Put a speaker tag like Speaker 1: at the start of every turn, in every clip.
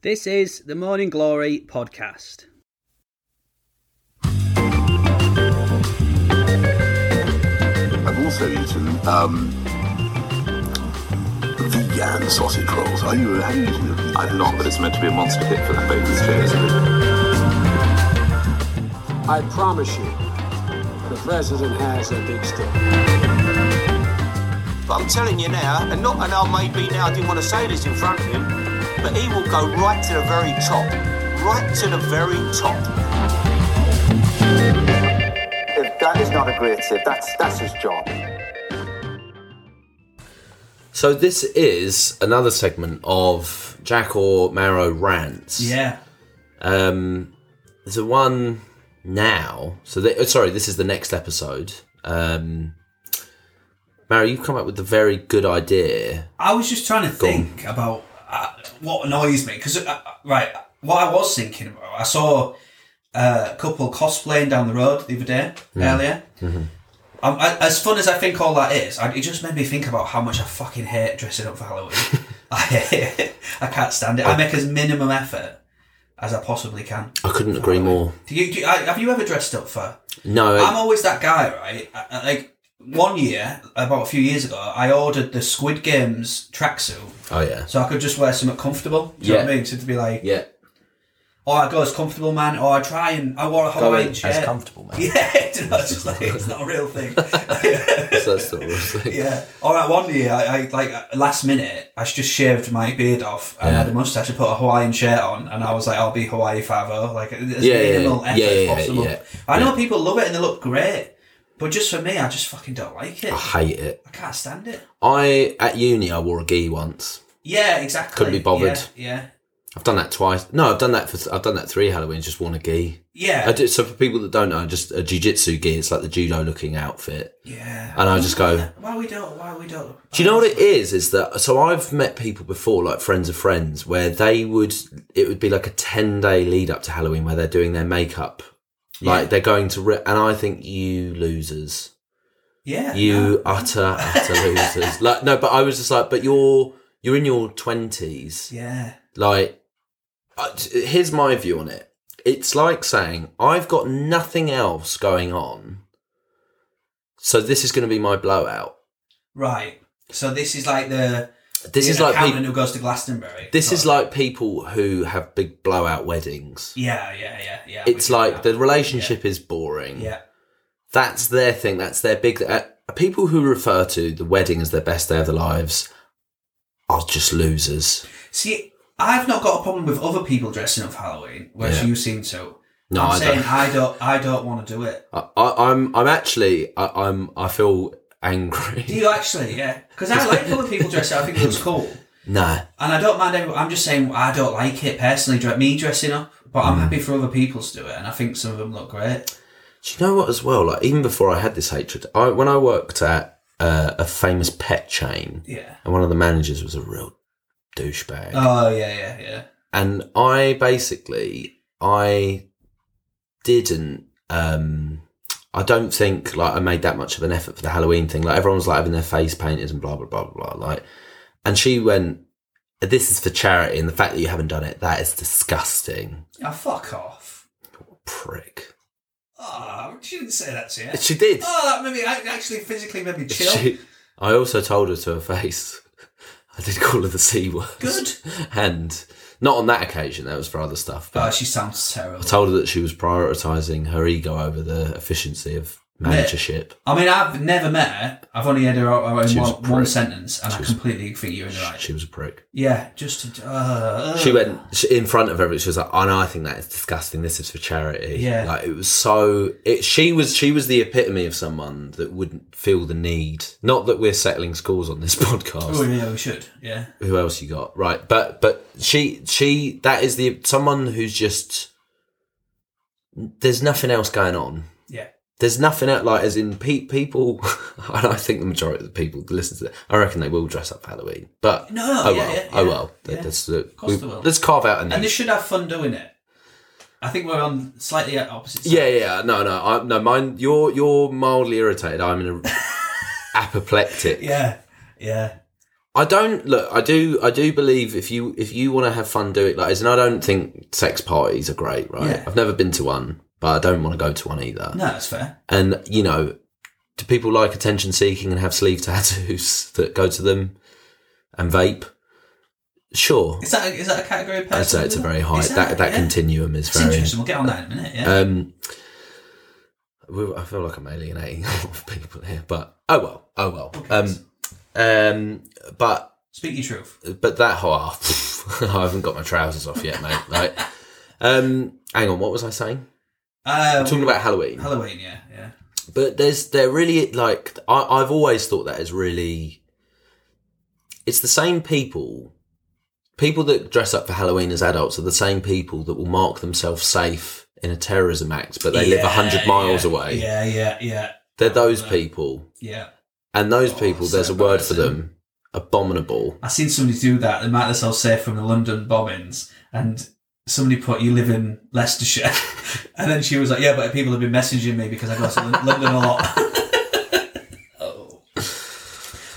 Speaker 1: This is the Morning Glory podcast.
Speaker 2: I've also eaten um, vegan sausage rolls. Are you, have you eaten them?
Speaker 3: I'm not, but it's meant to be a monster hit for the baker's chair.
Speaker 4: I promise you, the president has a big stick.
Speaker 5: But I'm telling you now, and not and I may be now, I didn't want to say this in front of him, but he will go right to the very top. Right to the very top.
Speaker 3: If that is not aggressive, that's, that's his job.
Speaker 6: So this is another segment of Jack or Marrow rants.
Speaker 1: Yeah.
Speaker 6: Um, there's a one now. So they, oh, sorry, this is the next episode. Um, Marrow, you've come up with a very good idea.
Speaker 1: I was just trying to think about uh, what annoys me because uh, right, what I was thinking about, I saw uh, a couple cosplaying down the road the other day earlier. Um, I, as fun as I think all that is, I, it just made me think about how much I fucking hate dressing up for Halloween. I hate it. I can't stand it. I make as minimum effort as I possibly can.
Speaker 6: I couldn't agree more.
Speaker 1: Do you, do you, I, have you ever dressed up for?
Speaker 6: No,
Speaker 1: I'm always that guy, right? I, I, like one year, about a few years ago, I ordered the Squid Games tracksuit
Speaker 6: oh yeah,
Speaker 1: so I could just wear something comfortable. Do you know what I
Speaker 6: Yeah.
Speaker 1: mean? So to be like,
Speaker 6: yeah.
Speaker 1: oh, I go as comfortable man, or I try and I wore a
Speaker 6: Go
Speaker 1: Hawaiian
Speaker 6: in as
Speaker 1: shirt.
Speaker 7: comfortable, man.
Speaker 1: Yeah, do you know, it's just like it's not a real thing.
Speaker 6: So that's the worst thing.
Speaker 1: yeah. All right. One year, I, I like last minute, I just shaved my beard off and
Speaker 6: Yeah.
Speaker 1: had a mustache and put a Hawaiian shirt on, and I was like, I'll be Hawaii Favo, like as
Speaker 6: Yeah, yeah,
Speaker 1: minimal
Speaker 6: yeah.
Speaker 1: effort
Speaker 6: Yeah, yeah,
Speaker 1: as possible.
Speaker 6: yeah.
Speaker 1: I know people love it and they look great, but just for me, I just fucking don't like it.
Speaker 6: I hate it.
Speaker 1: I can't stand it.
Speaker 6: I at uni I wore a gi once.
Speaker 1: Yeah, exactly.
Speaker 6: Couldn't be bothered.
Speaker 1: Yeah,
Speaker 6: I've done that twice. No, I've done that for I've done that three Halloweens. Just worn a gi.
Speaker 1: yeah,
Speaker 6: I
Speaker 1: yeah.
Speaker 6: do, so for people that don't know, just a jiu-jitsu gi. It's like the judo looking outfit,
Speaker 1: yeah.
Speaker 6: and I just go.
Speaker 1: Why we don't? Why we don't?
Speaker 6: Do you know what it is? Is that so? I've met people before, like friends of friends, where they would it would be like a ten day lead up to Halloween where they're doing their makeup, like they're going to, re- and I think you losers,
Speaker 1: Yeah.
Speaker 6: you utter utter losers. Like no, but I was just like, but you're you're in your twenties,
Speaker 1: Yeah.
Speaker 6: like uh, t- here's my view on it it's like saying i've got nothing else going on so this is going to be my blowout
Speaker 1: Right. So this is like the
Speaker 6: this
Speaker 1: the
Speaker 6: is like
Speaker 1: accountant
Speaker 6: people
Speaker 1: who goes to Glastonbury.
Speaker 6: this
Speaker 1: sort
Speaker 6: is
Speaker 1: of.
Speaker 6: like people who have big blowout weddings
Speaker 1: Yeah, yeah, yeah, yeah.
Speaker 6: it's
Speaker 1: we get
Speaker 6: like
Speaker 1: that.
Speaker 6: the relationship is boring
Speaker 1: Yeah.
Speaker 6: that's their thing that's their big uh, people who refer to the wedding as their best day of their lives are just losers
Speaker 1: See, I've not got a problem with other people dressing up for Halloween, whereas
Speaker 6: Yeah.
Speaker 1: you seem to.
Speaker 6: no
Speaker 1: I'm
Speaker 6: I
Speaker 1: saying
Speaker 6: don't.
Speaker 1: I don't. I don't want to do it.
Speaker 6: I, I, i'm i'm actually I, i'm i feel angry
Speaker 1: Do you actually? Yeah. Because I like other people dressing. up. I think it looks cool,
Speaker 6: no
Speaker 1: and I don't mind. Everyone. I'm just saying I don't like it personally. dre- Me dressing up, but
Speaker 6: Mm.
Speaker 1: I'm happy for other people to do it, and I think some of them look great.
Speaker 6: Do you know what? As well, like even before I had this hatred, I when I worked at uh, a famous pet chain,
Speaker 1: Yeah.
Speaker 6: and one of the managers was a real douchebag,
Speaker 1: Oh yeah, yeah, yeah.
Speaker 6: and I basically I didn't. um I don't think like I made that much of an effort for the Halloween thing. Like everyone was like having their face painted and blah blah blah blah blah. Like, and she went, "This is for charity, and the fact that you haven't done it, that is disgusting,
Speaker 1: Oh, fuck off.
Speaker 6: prick."
Speaker 1: Oh, she didn't say that to you.
Speaker 6: She did.
Speaker 1: Oh, that made me I actually physically made me chill.
Speaker 6: She- I also told her to her face. I did call her the C word.
Speaker 1: Good.
Speaker 6: And not on that occasion, that was for other stuff. But
Speaker 1: Oh, she sounds terrible.
Speaker 6: I told her that she was prioritising her ego over the efficiency of managership.
Speaker 1: I mean, I've never met her. I've only had her out out in
Speaker 6: She was
Speaker 1: one,
Speaker 6: a
Speaker 1: one
Speaker 6: prick.
Speaker 1: sentence, and I
Speaker 6: was-
Speaker 1: completely think you're in the right.
Speaker 6: She was a prick.
Speaker 1: Yeah, just to, uh,
Speaker 6: She went she, in front of everyone. She was like, "Oh no, I think that is disgusting. This is for charity."
Speaker 1: Yeah.
Speaker 6: like it was so. It she was she was the epitome of someone that wouldn't feel the need. Not that we're settling scores on this podcast.
Speaker 1: Oh yeah, we should. Yeah,
Speaker 6: who else you got right but but she she that is the someone who's just there's nothing else going on
Speaker 1: yeah,
Speaker 6: there's nothing else like as in pe- people and i think the majority of the people that listen to that i reckon they will dress up for halloween but
Speaker 1: No,
Speaker 6: oh
Speaker 1: yeah,
Speaker 6: well
Speaker 1: yeah,
Speaker 6: oh
Speaker 1: yeah.
Speaker 6: well
Speaker 1: Yeah.
Speaker 6: That's the-
Speaker 1: course
Speaker 6: we-
Speaker 1: they will.
Speaker 6: let's carve out a
Speaker 1: and they
Speaker 6: niche.
Speaker 1: should have fun doing it. I think we're on slightly opposite. Sides.
Speaker 6: yeah yeah no no i no mine you're you're mildly irritated i'm in a apoplectic
Speaker 1: yeah, yeah.
Speaker 6: I don't look. I do. I do believe if you if you want to have fun, do it. Like, as in I don't think sex parties are great. Right.
Speaker 1: Yeah.
Speaker 6: I've never been to one, but I don't want to go to one either.
Speaker 1: No, that's fair.
Speaker 6: And you know, do people like attention seeking and have sleeve tattoos that go to them and vape? Sure.
Speaker 1: Is that a, is that a category of person?
Speaker 6: I'd say it's a very high.
Speaker 1: Is
Speaker 6: That that,
Speaker 1: yeah.
Speaker 6: continuum is
Speaker 1: It's
Speaker 6: very.
Speaker 1: interesting. We'll get on that in a minute. Yeah.
Speaker 6: Um, we, I feel like I'm alienating a lot of people here, but oh well, oh well. Um, um, but
Speaker 1: Speak your truth.
Speaker 6: but that oh, I haven't got my trousers off yet, mate. Like, um, hang on, what was I saying?
Speaker 1: Uh,
Speaker 6: Talking about Halloween,
Speaker 1: Halloween. Yeah, yeah.
Speaker 6: but there's they're really like I, I've always thought that is really. It's the same people. People that dress up for Halloween as adults are the same people that will mark themselves safe in a terrorism act, but they live live
Speaker 1: Yeah,
Speaker 6: 100 miles
Speaker 1: yeah,
Speaker 6: away.
Speaker 1: Yeah, yeah, yeah,
Speaker 6: They're those
Speaker 1: Yeah.
Speaker 6: people.
Speaker 1: yeah.
Speaker 6: And those
Speaker 1: Oh,
Speaker 6: people, there's
Speaker 1: so
Speaker 6: a word for
Speaker 1: embarrassing.
Speaker 6: them abominable.
Speaker 1: I seen somebody do that. They marked themselves safe from the London bombings, and somebody put, "You live in Leicestershire," and then she was like, "Yeah, but people have been messaging me because I go to Lon- London a lot." oh.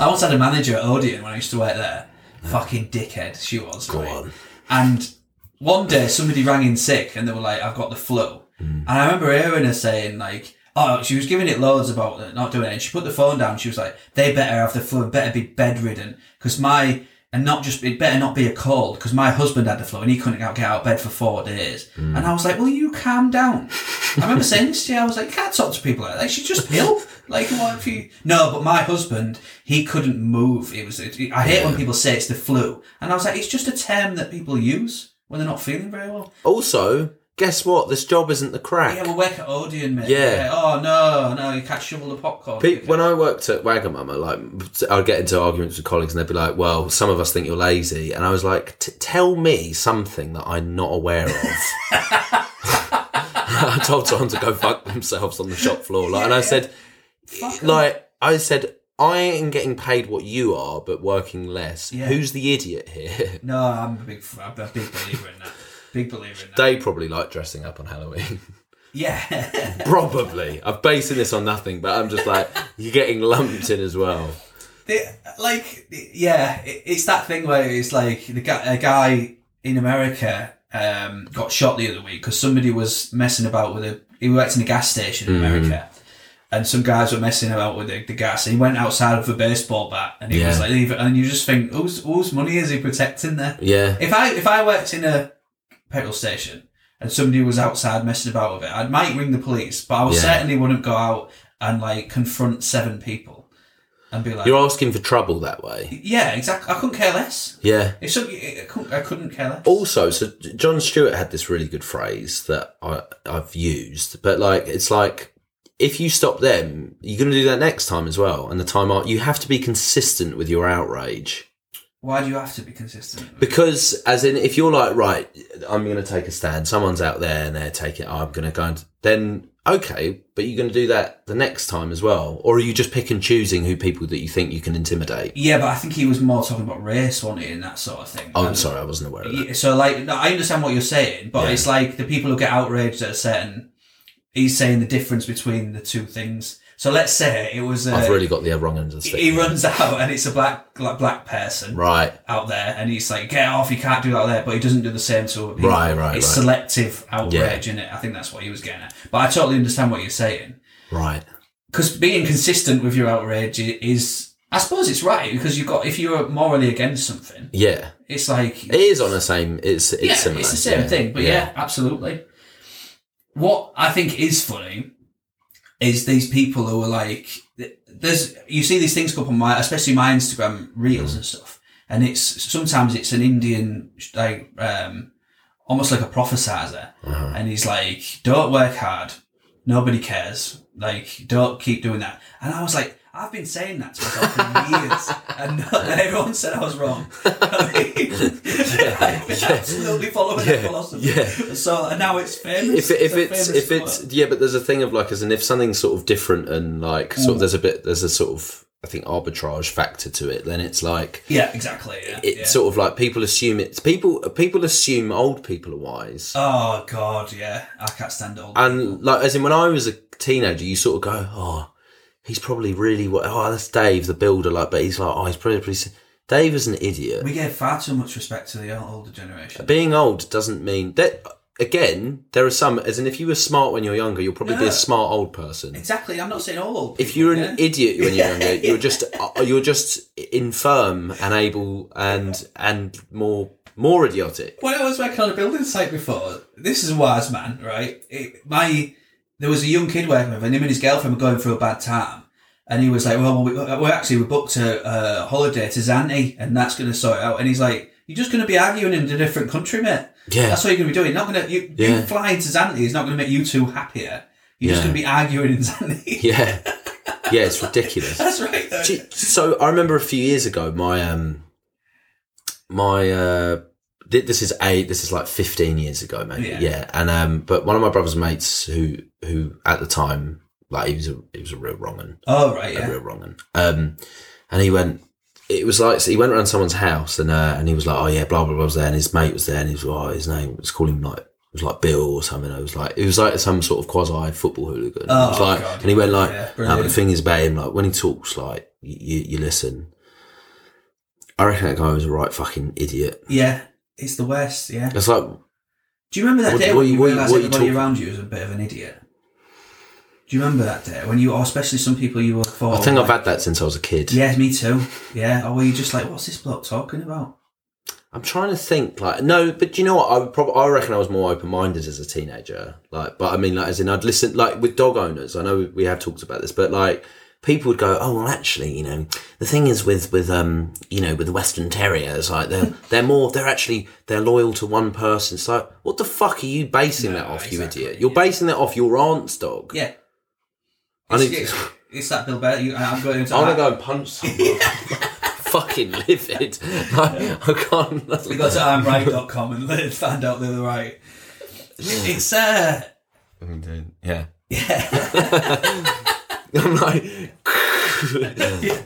Speaker 1: I once had a manager at Odeon when I used to work there. Fucking dickhead, she was.
Speaker 6: Go
Speaker 1: mate.
Speaker 6: on.
Speaker 1: And one day somebody rang in sick and they were like, I've got the flu. And I remember hearing her saying, like, oh, she was giving it loads about not doing it. And she put the phone down. She was like, they better have the flu and better be bedridden because my, and not just, it better not be a cold because my husband had the flu and he couldn't out- get out of bed for four days. And I was like, will you calm down? I remember saying this to you. I was like, you can't talk to people like that. She's just ill. Like, what if you, no, but my husband, he couldn't move. It was, it, I hate when people say it's the flu. And I was like, it's just a term that people use when they're not feeling very well.
Speaker 6: Also, guess what? This job isn't the crack.
Speaker 1: Yeah, we'll work at Odeon, mate.
Speaker 6: Yeah.
Speaker 1: Oh no, no, you can't shovel the popcorn.
Speaker 6: Pe- when I worked at Wagamama, like I'd get into arguments with colleagues, and they'd be like, "Well, some of us think you're lazy," and I was like, "T- "Tell me something that I'm not aware of." I told someone to go fuck themselves on the shop floor, like, and I said,
Speaker 1: Fuck 'em.
Speaker 6: "Like I said, I am getting paid what you are, but working less.
Speaker 1: Yeah.
Speaker 6: Who's the idiot here?"
Speaker 1: no, I'm a big, f- I'm a big believer in that. Big believer in that.
Speaker 6: they probably like dressing up on Halloween.
Speaker 1: yeah.
Speaker 6: probably. I'm basing this on nothing, but I'm just like, you're getting lumped in as well.
Speaker 1: They- like, yeah, it, it's that thing where it's like the guy, a guy in America um, got shot the other week because somebody was messing about with a. He worked in a gas station in
Speaker 6: Mm-hmm.
Speaker 1: America. And some guys were messing about with the, the gas, and he went outside with a baseball bat, and he
Speaker 6: Yeah.
Speaker 1: was like, and you just think, whose whose money is he protecting there?
Speaker 6: Yeah.
Speaker 1: If I if I worked in a petrol station and somebody was outside messing about with it, I might ring the police, but I would
Speaker 6: Yeah.
Speaker 1: certainly wouldn't go out and like confront seven people and be like,
Speaker 6: You're asking for trouble that way.
Speaker 1: "Yeah, exactly." I couldn't care less.
Speaker 6: Yeah.
Speaker 1: If some, I couldn't, I couldn't care less.
Speaker 6: Also, so John Stewart had this really good phrase that I, I've used, but like, it's like, if you stop them, you're going to do that next time as well. And the time out, you have to be consistent with your outrage.
Speaker 1: Why do you have to be consistent?
Speaker 6: Because, as in, if you're like, right, I'm going to take a stand, someone's out there and they're taking, oh, I'm going to go and, then okay, but you're going to do that the next time as well. Or are you just pick and choosing who people that you think you can intimidate?
Speaker 1: yeah, but I think he was more talking about race, wasn't he, and that sort of thing.
Speaker 6: Oh, I'm
Speaker 1: And-
Speaker 6: sorry, I wasn't aware of that.
Speaker 1: Yeah, so like no, I understand what you're saying, but
Speaker 6: Yeah.
Speaker 1: it's like the people who get outraged at a certain. He's saying the difference between the two things. So let's say it was. A,
Speaker 6: I've really got the wrong end of the stick.
Speaker 1: he runs out and it's a black like, black person
Speaker 6: Right.
Speaker 1: out there and he's like get off you can't do that there but he doesn't do the same to other people
Speaker 6: Right, right,
Speaker 1: it's
Speaker 6: right.
Speaker 1: selective outrage
Speaker 6: Yeah.
Speaker 1: in it I think that's what he was getting at but I totally understand what you're saying
Speaker 6: Right.
Speaker 1: because being consistent with your outrage i- is I suppose it's right because you've got if you're morally against something
Speaker 6: Yeah.
Speaker 1: it's like
Speaker 6: It is on the same. It's it's
Speaker 1: yeah
Speaker 6: similar.
Speaker 1: it's the same
Speaker 6: yeah.
Speaker 1: thing but yeah. absolutely what I think is funny is these people who are like th- there's you see these things come up on my especially my Instagram reels and stuff and it's sometimes it's an Indian like um almost like a prophesizer
Speaker 6: Uh-huh.
Speaker 1: and he's like don't work hard nobody cares like don't keep doing that and I was like I've been saying that to myself for years and, no- and everyone said I was wrong I mean, I've been absolutely following that
Speaker 6: Yeah.
Speaker 1: philosophy
Speaker 6: Yeah.
Speaker 1: so and now it's
Speaker 6: If
Speaker 1: famous
Speaker 6: it, if
Speaker 1: a
Speaker 6: it's
Speaker 1: famous
Speaker 6: if it's
Speaker 1: quote.
Speaker 6: yeah, but there's a thing of like as in if something's sort of different and like sort
Speaker 1: Mm.
Speaker 6: of there's a bit there's a sort of I think arbitrage factor to it. Then it's like
Speaker 1: yeah exactly yeah,
Speaker 6: it's
Speaker 1: yeah.
Speaker 6: sort of like people assume it's people people assume old people are wise.
Speaker 1: Oh god, yeah, I can't stand old.
Speaker 6: and like as in when I was a teenager, you sort of go, oh, he's probably really what? Oh, that's Dave the builder, like, but he's like, oh, he's probably. pretty s- Dave is an idiot.
Speaker 1: We gave far too much respect to the older generation.
Speaker 6: Being old doesn't mean that. Again, there are some. As in, if you were smart when you're younger, you'll probably be
Speaker 1: No.
Speaker 6: a smart old person.
Speaker 1: Exactly. I'm not saying all old.
Speaker 6: if
Speaker 1: people,
Speaker 6: you're an
Speaker 1: yeah?
Speaker 6: idiot when you're younger, you're just uh, you're just infirm and able and and more more idiotic.
Speaker 1: When I was working on a building site before, this is a wise man, right? It, my there was a young kid working with, and him and his girlfriend were going through a bad time, and he was like, "Well, we, we actually we booked a, uh holiday to Zante, and that's going to sort it out." And he's like, "You're just going to be arguing in a different country, mate.
Speaker 6: Yeah.
Speaker 1: That's what you're going to be doing. Not going to you,
Speaker 6: Yeah.
Speaker 1: you flying to Zante is not going to make you two happier. You're just
Speaker 6: Yeah.
Speaker 1: going to be arguing in Zante.
Speaker 6: Yeah, yeah, it's ridiculous.
Speaker 1: that's right. Though.
Speaker 6: Do you- so I remember a few years ago, my um, my uh, thi- this is a this is like fifteen years ago, maybe.
Speaker 1: Yeah.
Speaker 6: Yeah. and um, but one of my brother's mates who who at the time like he was a he was a real wrong one,
Speaker 1: oh right,
Speaker 6: a
Speaker 1: yeah.
Speaker 6: real wrong one. Um, and he went. It was like so he went around someone's house and uh, and he was like, oh yeah, blah blah blah was there, and his mate was there, and he was oh his name was called him like it was like Bill or something. I was like it was like some sort of quasi football hooligan. It was
Speaker 1: Oh,
Speaker 6: like,
Speaker 1: God.
Speaker 6: and he went like,
Speaker 1: Yeah,
Speaker 6: no, but the
Speaker 1: brilliant.
Speaker 6: thing is about him, like when he talks, like you you, you listen. I reckon that guy was a right fucking idiot.
Speaker 1: Yeah, it's the worst. Yeah.
Speaker 6: It's like
Speaker 1: Do you remember that
Speaker 6: What-
Speaker 1: day
Speaker 6: what
Speaker 1: when
Speaker 6: you-
Speaker 1: you,
Speaker 6: what you-
Speaker 1: realised
Speaker 6: what you
Speaker 1: everybody
Speaker 6: talking-
Speaker 1: around you was a bit of an idiot? Do you remember that day when you, or especially some people you work for?
Speaker 6: I think
Speaker 1: like,
Speaker 6: I've had that since I was a kid.
Speaker 1: Oh Yeah, me too. Yeah, or were you just like, what's this bloke talking about?
Speaker 6: I'm trying to think, like, no, but do you know what? I would probably, I reckon I was more open minded as a teenager. Like, but I mean, like, as in, I'd listen, like, with dog owners. I know we, we have talked about this, but like, people would go, oh, well, actually, you know, the thing is with, with, um, you know, with the Western Terriers, like, they're, they're more, they're actually, they're loyal to one person. It's like, what the fuck are you basing that off,
Speaker 1: exactly,
Speaker 6: you idiot? You're basing that off your aunt's dog.
Speaker 1: Yeah,
Speaker 6: I
Speaker 1: it's,
Speaker 6: need
Speaker 1: it's,
Speaker 6: to-
Speaker 1: it's that Bill Bennett. You, I'm going into
Speaker 6: I want to
Speaker 1: that.
Speaker 6: go and punch someone. Fucking livid. Like, I can't.
Speaker 1: We got to I'mRight.com and let- find out they were right. It's uh,
Speaker 6: Yeah. I'm like,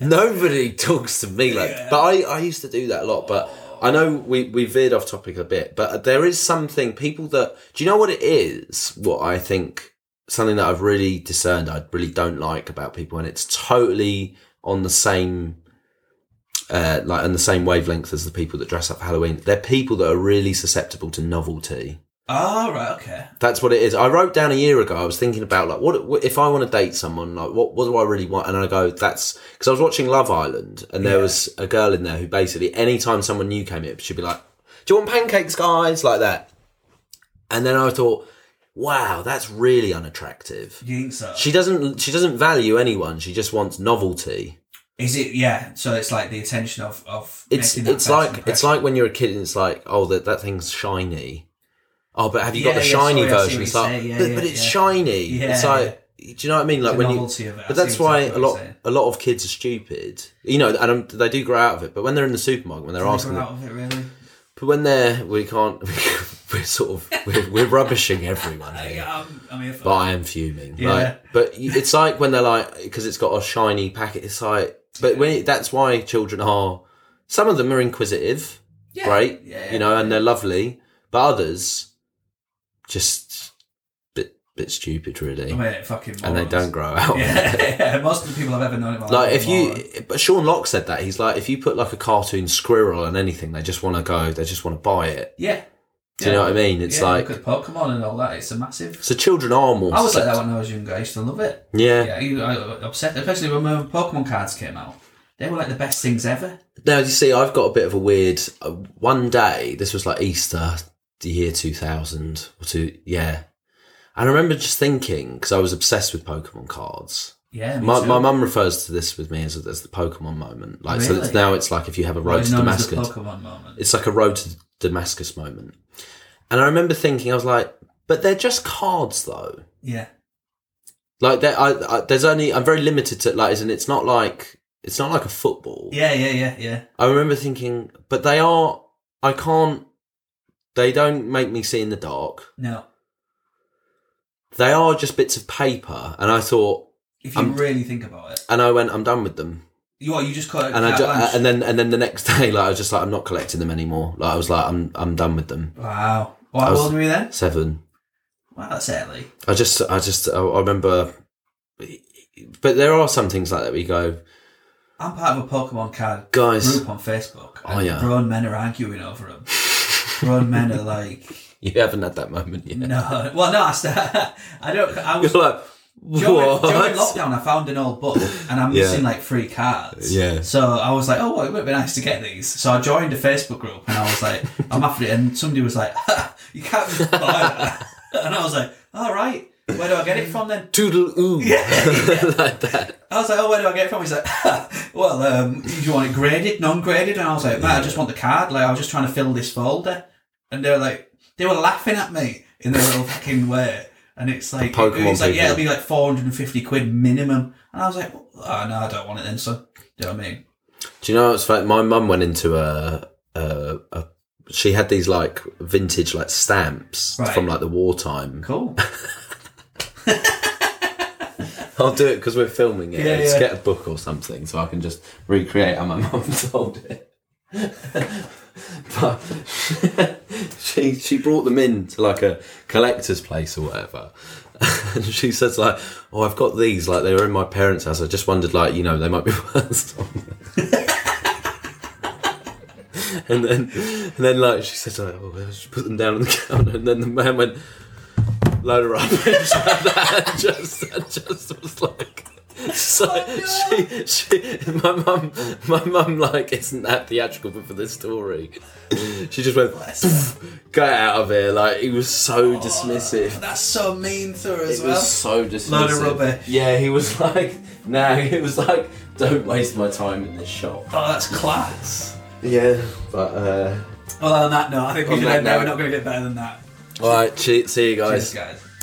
Speaker 6: nobody talks to me like. But I, I used to do that a lot. But I know we, we veered off topic a bit. But there is something people that do you know what it is? What I think something that I've really discerned. I really don't like about people, and it's totally on the same. Uh, like on the same wavelength as the people that dress up for Halloween, they're people that are really susceptible to novelty.
Speaker 1: oh right, okay.
Speaker 6: That's what it is. I wrote down a year ago. I was thinking about like what, what if I want to date someone? Like what what do I really want? And I go that's because I was watching Love Island and there
Speaker 1: Yeah.
Speaker 6: was a girl in there who basically anytime someone new came in, she'd be like, "Do you want pancakes, guys?" Like that. And then I thought, wow, that's really unattractive.
Speaker 1: Do you think so?
Speaker 6: She doesn't she doesn't value anyone. She just wants novelty.
Speaker 1: Is it? Yeah. So it's like the attention of of.
Speaker 6: It's
Speaker 1: making that
Speaker 6: it's
Speaker 1: first
Speaker 6: like it's
Speaker 1: impression.
Speaker 6: like when you're a kid and it's like, oh, that that thing's shiny. Oh, but have you
Speaker 1: Yeah,
Speaker 6: got the
Speaker 1: yeah,
Speaker 6: shiny
Speaker 1: sorry, I see
Speaker 6: version?
Speaker 1: what
Speaker 6: It's
Speaker 1: you
Speaker 6: like,
Speaker 1: say. Yeah,
Speaker 6: but,
Speaker 1: yeah,
Speaker 6: but it's
Speaker 1: yeah.
Speaker 6: shiny.
Speaker 1: Yeah,
Speaker 6: it's like, do you know what I mean? Like
Speaker 1: The
Speaker 6: when you,
Speaker 1: novelty of it. I
Speaker 6: but
Speaker 1: see
Speaker 6: that's
Speaker 1: exactly
Speaker 6: why
Speaker 1: what
Speaker 6: a
Speaker 1: you're
Speaker 6: lot
Speaker 1: saying.
Speaker 6: a lot of kids are stupid. You know, and um, they do grow out of it. But when they're in the supermarket, when they're
Speaker 1: Can we
Speaker 6: asking,
Speaker 1: grow out of it really.
Speaker 6: but when they're we can't, we're sort of we're, we're rubbishing everyone here.
Speaker 1: Yeah, um, I'm, I'm here for
Speaker 6: But I am fuming.
Speaker 1: Yeah.
Speaker 6: Like, but you- it's like when they're like, because it's got a shiny packet. It's like, but when it, that's why children are. Some of them are inquisitive,
Speaker 1: Yeah.
Speaker 6: right?
Speaker 1: Yeah.
Speaker 6: You know, and they're lovely, but others just bit bit stupid, really,
Speaker 1: I mean, fucking
Speaker 6: and they
Speaker 1: morons.
Speaker 6: don't grow out.
Speaker 1: Yeah, most of the people I've ever known in my life.
Speaker 6: Like if
Speaker 1: are morons.
Speaker 6: you, but Sean Locke said that he's like if you put like a cartoon squirrel on anything, they just want to go, they just want to buy it.
Speaker 1: yeah,
Speaker 6: Do you know what I mean? It's
Speaker 1: yeah,
Speaker 6: like
Speaker 1: look at Pokemon and all that. It's a massive.
Speaker 6: so children are more.
Speaker 1: I was like
Speaker 6: suscept-
Speaker 1: that when I was younger. I used to love it.
Speaker 6: Yeah.
Speaker 1: Yeah, you, I, I- upset, especially when my Pokemon cards came out. They were like the best things ever.
Speaker 6: Now, you see, I've got a bit of a weird. Uh, one day, this was like Easter, the year 2000 or two, yeah. And I remember just thinking, because I was obsessed with Pokemon cards.
Speaker 1: Yeah, me
Speaker 6: My,
Speaker 1: too.
Speaker 6: my mum refers to this with me as, as the Pokemon moment. Like, so
Speaker 1: Really?
Speaker 6: it's, now it's like if you have a
Speaker 1: What
Speaker 6: road
Speaker 1: is
Speaker 6: to
Speaker 1: known as the
Speaker 6: Damascus,
Speaker 1: Pokemon moment.
Speaker 6: it's like a road to Damascus moment. And I remember thinking, I was like, but they're just cards though.
Speaker 1: Yeah,
Speaker 6: Like, they're- I, I, there's only, I'm very limited to, like, and it's not like, it's not like a football.
Speaker 1: yeah, yeah, yeah, yeah.
Speaker 6: I remember thinking, but they are. I can't. They don't make me see in the dark.
Speaker 1: No,
Speaker 6: They are just bits of paper, and I thought,
Speaker 1: if you
Speaker 6: I'm-
Speaker 1: really think about it,
Speaker 6: and I went, I'm done with them.
Speaker 1: you what, you just call it.
Speaker 6: And I
Speaker 1: carte
Speaker 6: ju-
Speaker 1: blanche.
Speaker 6: and then and then the next day, like I was just like, I'm not collecting them anymore. Like I was like, I'm I'm done with them.
Speaker 1: wow, what
Speaker 6: I was-
Speaker 1: old were you then?
Speaker 6: Seven.
Speaker 1: Wow, that's early.
Speaker 6: I just I just I, I remember. But there are some things like that. We go.
Speaker 1: I'm part of a Pokemon card
Speaker 6: Guys.
Speaker 1: group on Facebook.
Speaker 6: Oh,
Speaker 1: and
Speaker 6: yeah.
Speaker 1: Grown men are arguing over them. grown men are like,
Speaker 6: You haven't had that moment yet.
Speaker 1: no. Well, no, I, st- I don't. I
Speaker 6: You're
Speaker 1: was.
Speaker 6: like,
Speaker 1: During, during
Speaker 6: what?
Speaker 1: lockdown, I found an old book and I'm
Speaker 6: Yeah.
Speaker 1: missing like three cards.
Speaker 6: Yeah.
Speaker 1: So I was like, oh, well, it would be nice to get these. So I joined a Facebook group and I was like, I'm after it. And somebody was like, ha, you can't just buy that. And I was like, all right, where do I get it from then?
Speaker 6: Toodle oo. like that.
Speaker 1: I was like, oh, where do I get it from? He's like, well, um, do you want it graded, non-graded? And I was like, man, I just want the card. Like, I was just trying to fill this folder. And they were like, they were laughing at me in their little fucking way. And it's like,
Speaker 6: Pokemon
Speaker 1: it's like, yeah, it'll
Speaker 6: people.
Speaker 1: be like 450 quid minimum. And I was like, oh, no, I don't want it then, son. Do you know what I mean?
Speaker 6: Do you know what's funny? My mum went into a, a, a. She had these like vintage like stamps
Speaker 1: Right.
Speaker 6: from like the wartime.
Speaker 1: Cool.
Speaker 6: I'll do it because we're filming it.
Speaker 1: Yeah,
Speaker 6: Let's
Speaker 1: yeah.
Speaker 6: get a book or something so I can just recreate how my mum told it. but she she brought them in to like a collector's place or whatever. And she says like, "Oh, I've got these. Like they were in my parents' house. I just wondered, like you know, they might be worth something." and then, and then like she said, like, "Oh, well, she put them down on the counter." And then the man went, "Load of rubbish." just, I just was like. So
Speaker 1: Oh,
Speaker 6: she, she, my mum, my mum, like isn't that theatrical, but for this story, she just went, "Get out of here!" Like he was so dismissive.
Speaker 1: That's so mean to her as
Speaker 6: It
Speaker 1: well.
Speaker 6: was so dismissive.
Speaker 1: Load of rubbish.
Speaker 6: Yeah, he was like, no, he was like, don't waste my time in this shop.
Speaker 1: oh, that's class.
Speaker 6: Yeah, but uh,
Speaker 1: Well, on that note, I think we
Speaker 6: On
Speaker 1: should
Speaker 6: that
Speaker 1: end there. We're
Speaker 6: note. Oh,
Speaker 1: not going to get better than that.
Speaker 6: all right, che- see you guys.
Speaker 1: Cheers, guys.